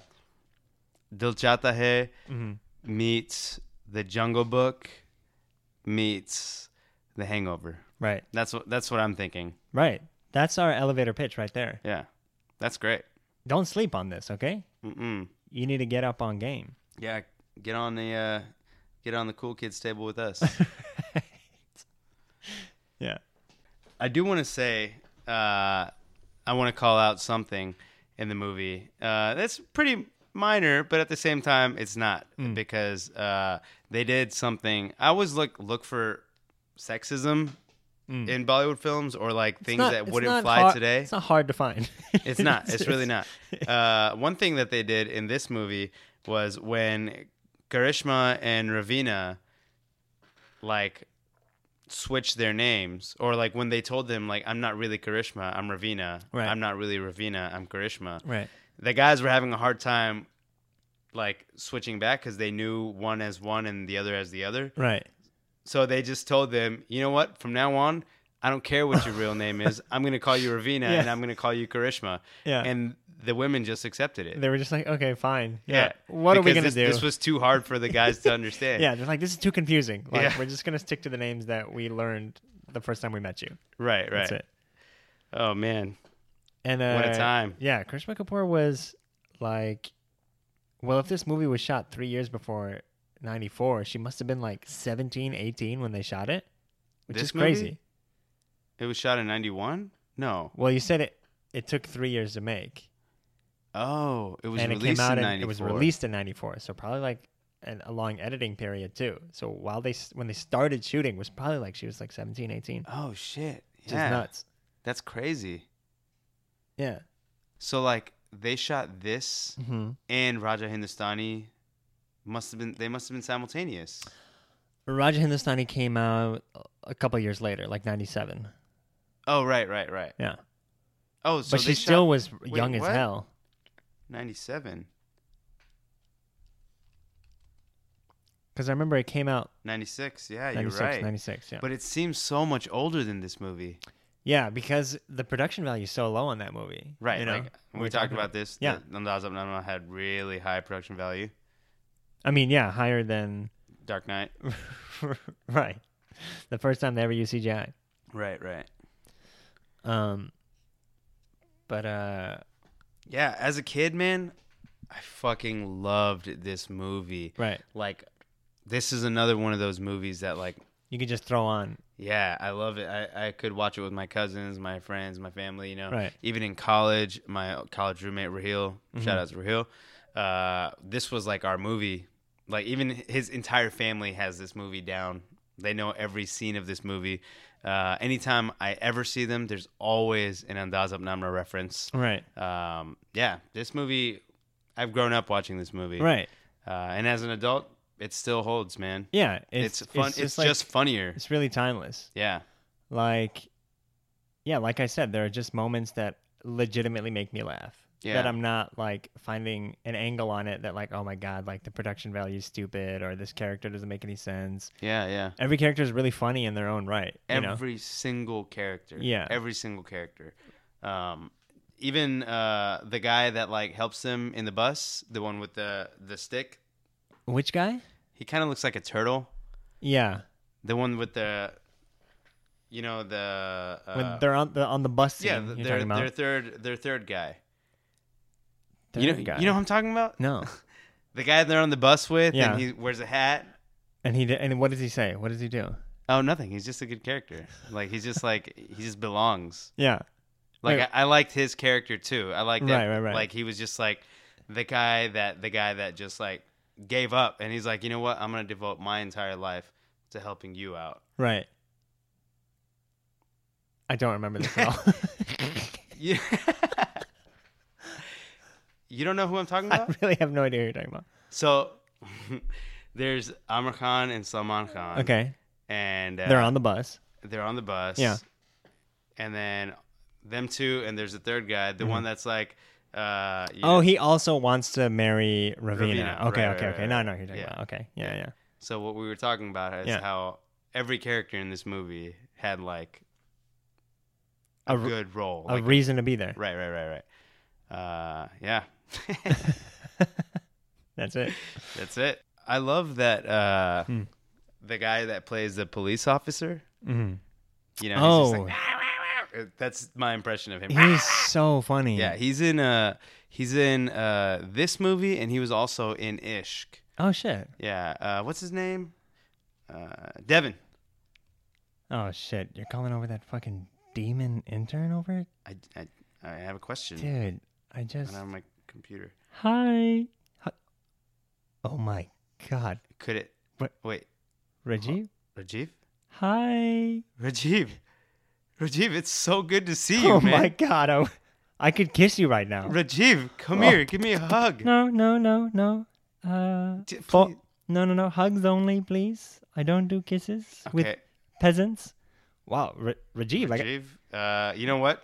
Dil Chata Hai Mm-hmm. meets The Jungle Book meets The Hangover. Right. That's what that's what I'm thinking. Right. That's our elevator pitch right there. Yeah. That's great. Don't sleep on this, okay? Mm-mm. You need to get up on game. Yeah. Get on the uh, get on the cool kids table with us. Yeah. I do want to say, uh, I want to call out something in the movie uh, that's pretty minor, but at the same time, it's not because uh, they did something. I always look look for sexism in Bollywood films or like things that wouldn't fly today. It's not hard to find. It's not. It's really not. Uh, one thing that they did in this movie was when Karishma and Ravina like switched their names, or like when they told them like I'm not really Karishma, I'm Ravina. Right. I'm not really Ravina, I'm Karishma. Right. The guys were having a hard time like switching back because they knew one as one and the other as the other. Right. So they just told them, you know what? From now on, I don't care what your real name is. I'm going to call you Ravina Yeah. and I'm going to call you Karishma. Yeah. And the women just accepted it. They were just like, okay, fine. Yeah. What are we because gonna this- do? This was too hard for the guys to understand. yeah, they're like, this is too confusing. Like, Eh. Yeah. we're just gonna stick to the names that we learned the first time we met you. Right, right. That's it. Oh, man. And uh, What a time. Yeah, Krishna Kapoor was like, well, if this movie was shot three years before '94, she must have been like 17, 18 when they shot it, which This is crazy. movie? It was shot in 91? No. Well, you said it. It took three years to make, Oh, it was and it released came out in in 94. it was released in '94, so probably like an, a long editing period too. So while they s- when they started shooting was probably like she was like 17, 18, Oh, shit. which Yeah. is nuts. That's crazy. Yeah. So, like, they shot this Mm-hmm. and Raja Hindustani. Must have been they must have been simultaneous. Raja Hindustani came out a couple years later, like '97. Oh right, right, right. Yeah, Oh, so but they she shot still was Wait, young as what? hell. 97, Because I remember it came out 96. Yeah, you're 96, right. 96, yeah. But it seems so much older than this movie. yeah, because the production value is so low on that movie. Right. you know? like, when We're we talked talking about this. Yeah. that Nandaz Abnormal had really high production value. I mean, yeah, higher than. Dark Knight. Mm. right. The first time they ever used CGI. Right, right. Um, but, uh, Yeah, as a kid, man, I fucking loved this movie. right. Like, this is another one of those movies that, like, You can just throw on. Yeah, I love it. I, I could watch it with my cousins, my friends, my family, you know. Right. Mm-hmm. Even in college, my college roommate Raheel, shout out to Raheel, uh, this was like our movie. Like even his entire family has this movie down. They know every scene of this movie. Uh, anytime I ever see them, there's always an Andaz Abnamra reference. Right. Um, yeah, this movie, I've grown up watching this movie. Right. Uh, and as an adult, it still holds, man. Yeah. It's, It's, fun. It's, just, like- just funnier. It's really timeless. Yeah. Like, yeah, like I said, there are just moments that legitimately make me laugh. Yeah. That I'm not like finding an angle on it that like, oh my god, like the production value is stupid or this character doesn't make any sense. Yeah, yeah. Every character is really funny in their own right. You know? Every single character. Yeah. Every single character. Um, even uh, the guy that like helps him in the bus, the one with the the stick, Which guy? he kind of looks like a turtle. Yeah. The one with the, you know the. Uh, When they're on the on the bus scene, yeah, you're talking th- their about their third their third guy. you know, Third guy. you know who I'm talking about? No. The guy they're on the bus with, Yeah. and he wears a hat. And he did, and what does he say? What does he do? Oh, nothing. He's just a good character. Like he's just like he just belongs. Yeah. Like Right. I, I liked his character too. I liked that. Right, right, right. Like he was just like the guy that the guy that just like gave up, and he's like, you know what? I'm gonna devote my entire life to helping you out. Right. I don't remember this at all. Yeah. you don't know who I'm talking I about? really have no idea who you're talking about. So there's Amr Khan and Salman Khan. Okay. and uh, They're on the bus. they're on the bus. Yeah. and then them two, and there's a third guy, the one that's like. Uh, you Mm-hmm. Oh, know- he also wants to marry Ravina. Ravina, Okay, right, okay, right, okay. right, No, right. no, you're talking Yeah. about. Okay, yeah, yeah. So what we were talking about is Yeah. how every character in this movie had like A, a r- good role. a like- reason to be there. right, right, right, right. Uh, yeah, That's it. that's it. I love that uh, Hmm. the guy that plays the police officer. Mhm. You know, he's just Oh. like, Uh, that's my impression of him. He's so funny. yeah, he's in uh he's in uh this movie, and he was also in Ishk. Oh shit. Yeah, uh, what's his name? Uh, Devin. Oh shit. You're calling over that fucking demon intern over, it? I, I, I have a question. dude. I just Mm. And on my computer. hi. Hi. Oh my god, Could it? What? Wait, Reggie. Rajiv? Hi. Rajiv. Rajiv, it's so good to see you, oh man. my god. I, I could kiss you right now. Rajiv, come Oh. here. Give me a hug. no, no, no, no. Uh, D- fo- please. no, no, no. Hugs only, please. I don't do kisses with Okay, peasants. Wow, Ra- Rajiv, like Rajiv. Uh, you know what?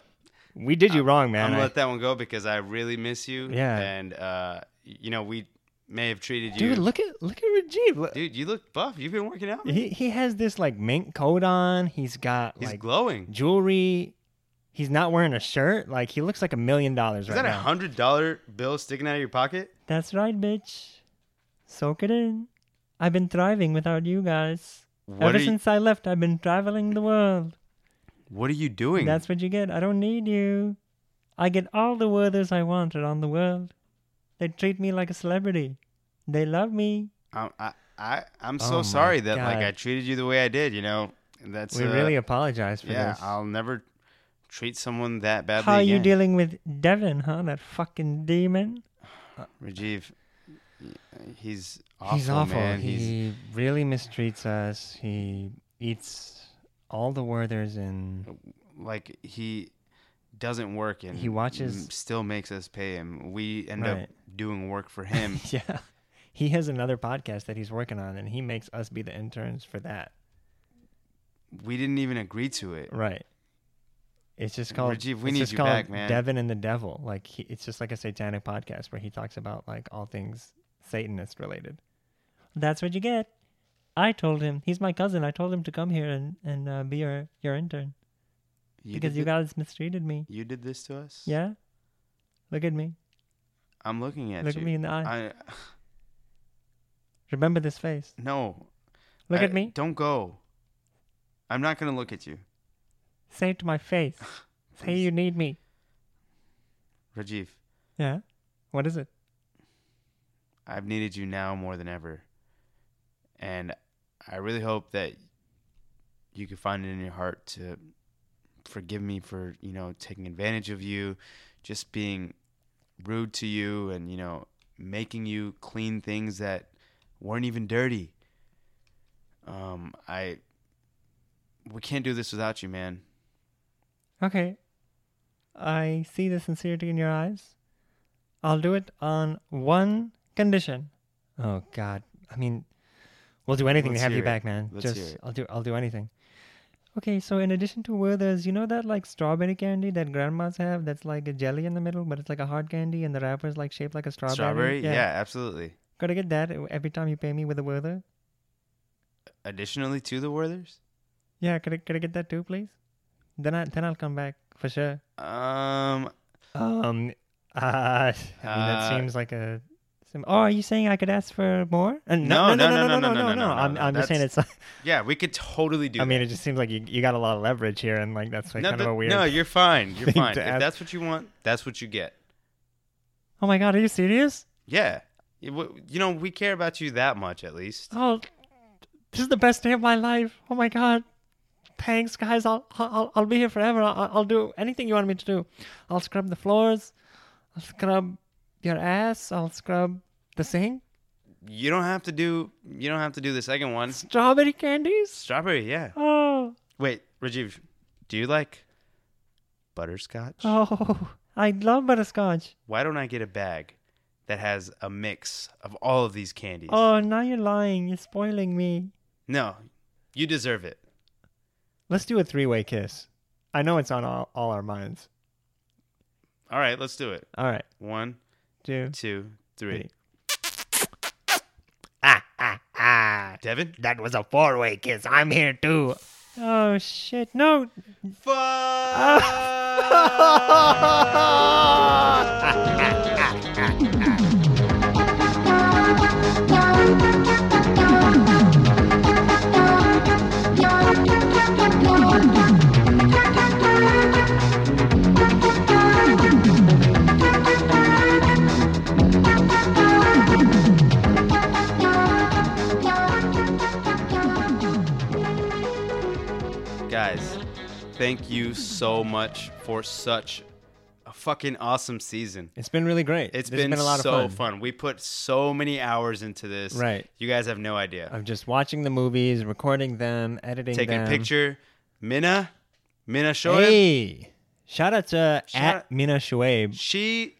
we did you wrong, I'm man. I- gonna let that one go because I really miss you. Yeah. And uh, y- you know we may have treated you. Dude, look at look at Rajiv. Look- Dude, you look buff. You've been working out. man. He he has this like mink coat on. He's got He's like glowing. jewelry. He's not wearing a shirt. Like he looks like a million dollars Is right that a now. hundred dollar bill sticking out of your pocket? That's right, bitch. Soak it in. I've been thriving without you guys. What Ever are you- since I left, I've been traveling the world. What are you doing? That's what you get. I don't need you. I get all the worthers I want around the world. They treat me like a celebrity. They love me. I, I, I I'm Oh so my sorry that like God. I treated you the way I did. You know, that's We uh, really apologize for yeah. this. I'll never treat someone that badly. How are you again. dealing with Devin, huh? That fucking demon. Rajiv? He's awful, He's awful. man. he He's really mistreats us. He eats all the Werthers and like he doesn't work and He watches- m- still makes us pay him. We end up Right. doing work for him. yeah. He has another podcast that he's working on, and he makes us be the interns for that. we didn't even agree to it. Right. It's just called. Rajiv, we it's need just you called back, man. Devin and the Devil. Like he, it's just like a satanic podcast where he talks about like all things Satanist related. That's what you get. I told him he's my cousin. I told him to come here and and uh, be your your intern You because did you thi- guys mistreated me. you did this to us. Yeah. Look at me. I'm looking at Look you. at me in the eye. I Remember this face. no. Look I- at me. Don't go. I'm not gonna look at you, Say it to my face. Say you need me. Rajiv. Yeah. What is it? I've needed you now more than ever. And I really hope that you can find it in your heart to forgive me for, you know, taking advantage of you, just being rude to you and, you know, making you clean things that weren't even dirty. Um, I we can't do this without you, man. Okay. I see the sincerity in your eyes. I'll do it on one condition. Oh God. I mean we'll do anything Let's to have you hear it. back, man. Let's Just hear it. I'll do I'll do anything. Okay, so in addition to Werther's, you know that like strawberry candy that grandmas have that's like a jelly in the middle, but it's like a hard candy and the wrapper's like shaped like a strawberry. Strawberry? Yeah. absolutely. Gotta get that every time you pay me with a Werther. Additionally to the Werthers? Yeah, could I, could I get that too, please? Then I then I'll come back for sure. Um Um, uh, I mean that Uh, seems like a. Sim- oh, are you saying I could ask for more? Uh, No, no, no, no, no, no, no, I'm no, I'm just saying it's. Like, yeah, we could totally do I that. mean, it just seems like you you got a lot of leverage here, and like that's like kind of but- a weird. No, you're fine. You're thing fine. If to ask. that's what you want, that's what you get. Oh my god, are you serious? Yeah. You w- you know, we care about you that much at least. Oh, this is the best day of my life. Oh my god. Thanks, guys. I'll I'll, I'll be here forever. I'll, I'll do anything you want me to do. I'll scrub the floors. I'll scrub your ass. I'll scrub the sink. You don't have to do you don't have to do the second one. Strawberry candies. Strawberry, yeah. Oh. Wait, Rajiv, do you like butterscotch? Oh, I love butterscotch. Why don't I get a bag that has a mix of all of these candies? Oh, now you're lying. You're spoiling me. No. You deserve it. Let's do a three way kiss. I know it's on all, all our minds. All right, let's do it. All right, One, two. two, three. Three. Ah, ah, ah. Devin? That was a four way kiss. I'm here too. Oh, shit. No. Guys, thank you so much for such a fucking awesome season. It's been really great. It's It's been, a lot so of fun. We put so many hours into this. Right. You guys have no idea. I'm just watching the movies, recording them, editing Taking them. a picture. Minna, Minna Shoaib, Hey, shout out to Shout at out- Mina Shoaib she,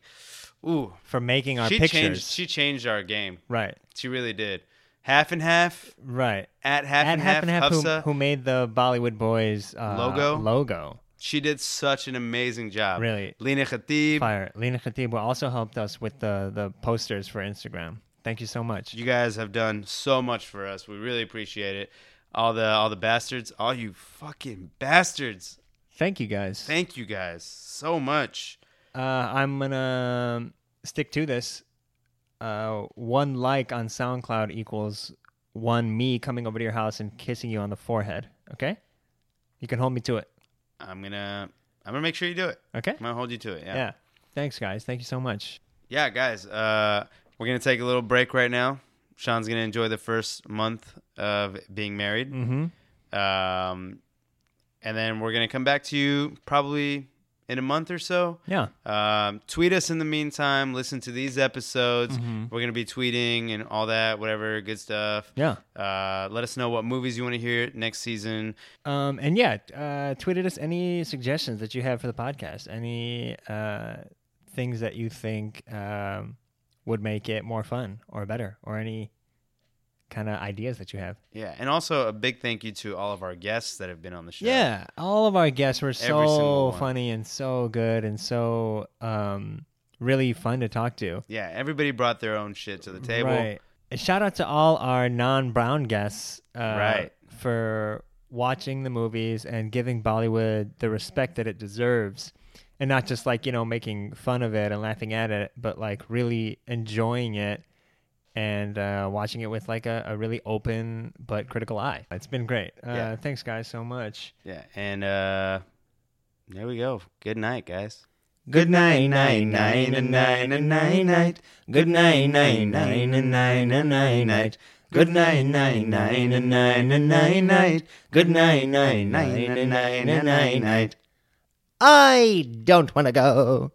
ooh, for making our she pictures. changed. She changed our game. right, She really did. Half and half right. at half at and half. and half, who, Hafsa, who made the Bollywood Boys uh, Logo? Logo. she did such an amazing job. Really. Lina Khatib. Fire. Lena Khatib will also helped us with the the posters for Instagram. Thank you so much. You guys have done so much for us. We really appreciate it. All the all the bastards, all you fucking bastards. Thank you guys. Thank you guys so much. uh, I'm gonna stick to this. Uh, one like on SoundCloud equals one me coming over to your house and kissing you on the forehead. Okay, you can hold me to it. I'm gonna I'm gonna make sure you do it. Okay. I'm gonna hold you to it. Yeah. yeah. Thanks, guys. Thank you so much. Yeah, guys. Uh, we're gonna take a little break right now. Sean's gonna enjoy the first month of being married. Mm-hmm. Um, and then we're gonna come back to you probably in a month or so. Yeah. Um, tweet us in the meantime. Listen to these episodes. Mm-hmm. We're gonna be tweeting and all that, whatever good stuff. Yeah. Uh, let us know what movies you want to hear next season. Um, and yeah, uh, tweeted us any suggestions that you have for the podcast, any uh, things that you think um, would make it more fun or better, or any kind of ideas that you have. Yeah, and also a big thank you to all of our guests that have been on the show. Yeah, all of our guests were single so one. funny and so good and so um, really fun to talk to. yeah. Everybody brought their own shit to the table. Right. And shout out to all our non-brown guests uh, Right. for watching the movies and giving Bollywood the respect that it deserves. And not just like, you know, making fun of it and laughing at it, but like really enjoying it and uh, watching it with like a, a really open but critical eye. It's been great. Uh, Yeah. Thanks, guys, so much. Yeah, and uh, there we go. Good night, guys. Good night, night, night, and night, and night, night. Good night, night, night, and night, and night, night. Good night, night, night, and night, and night, night. Good night, night, night, and night, and night, night. I don't want to go.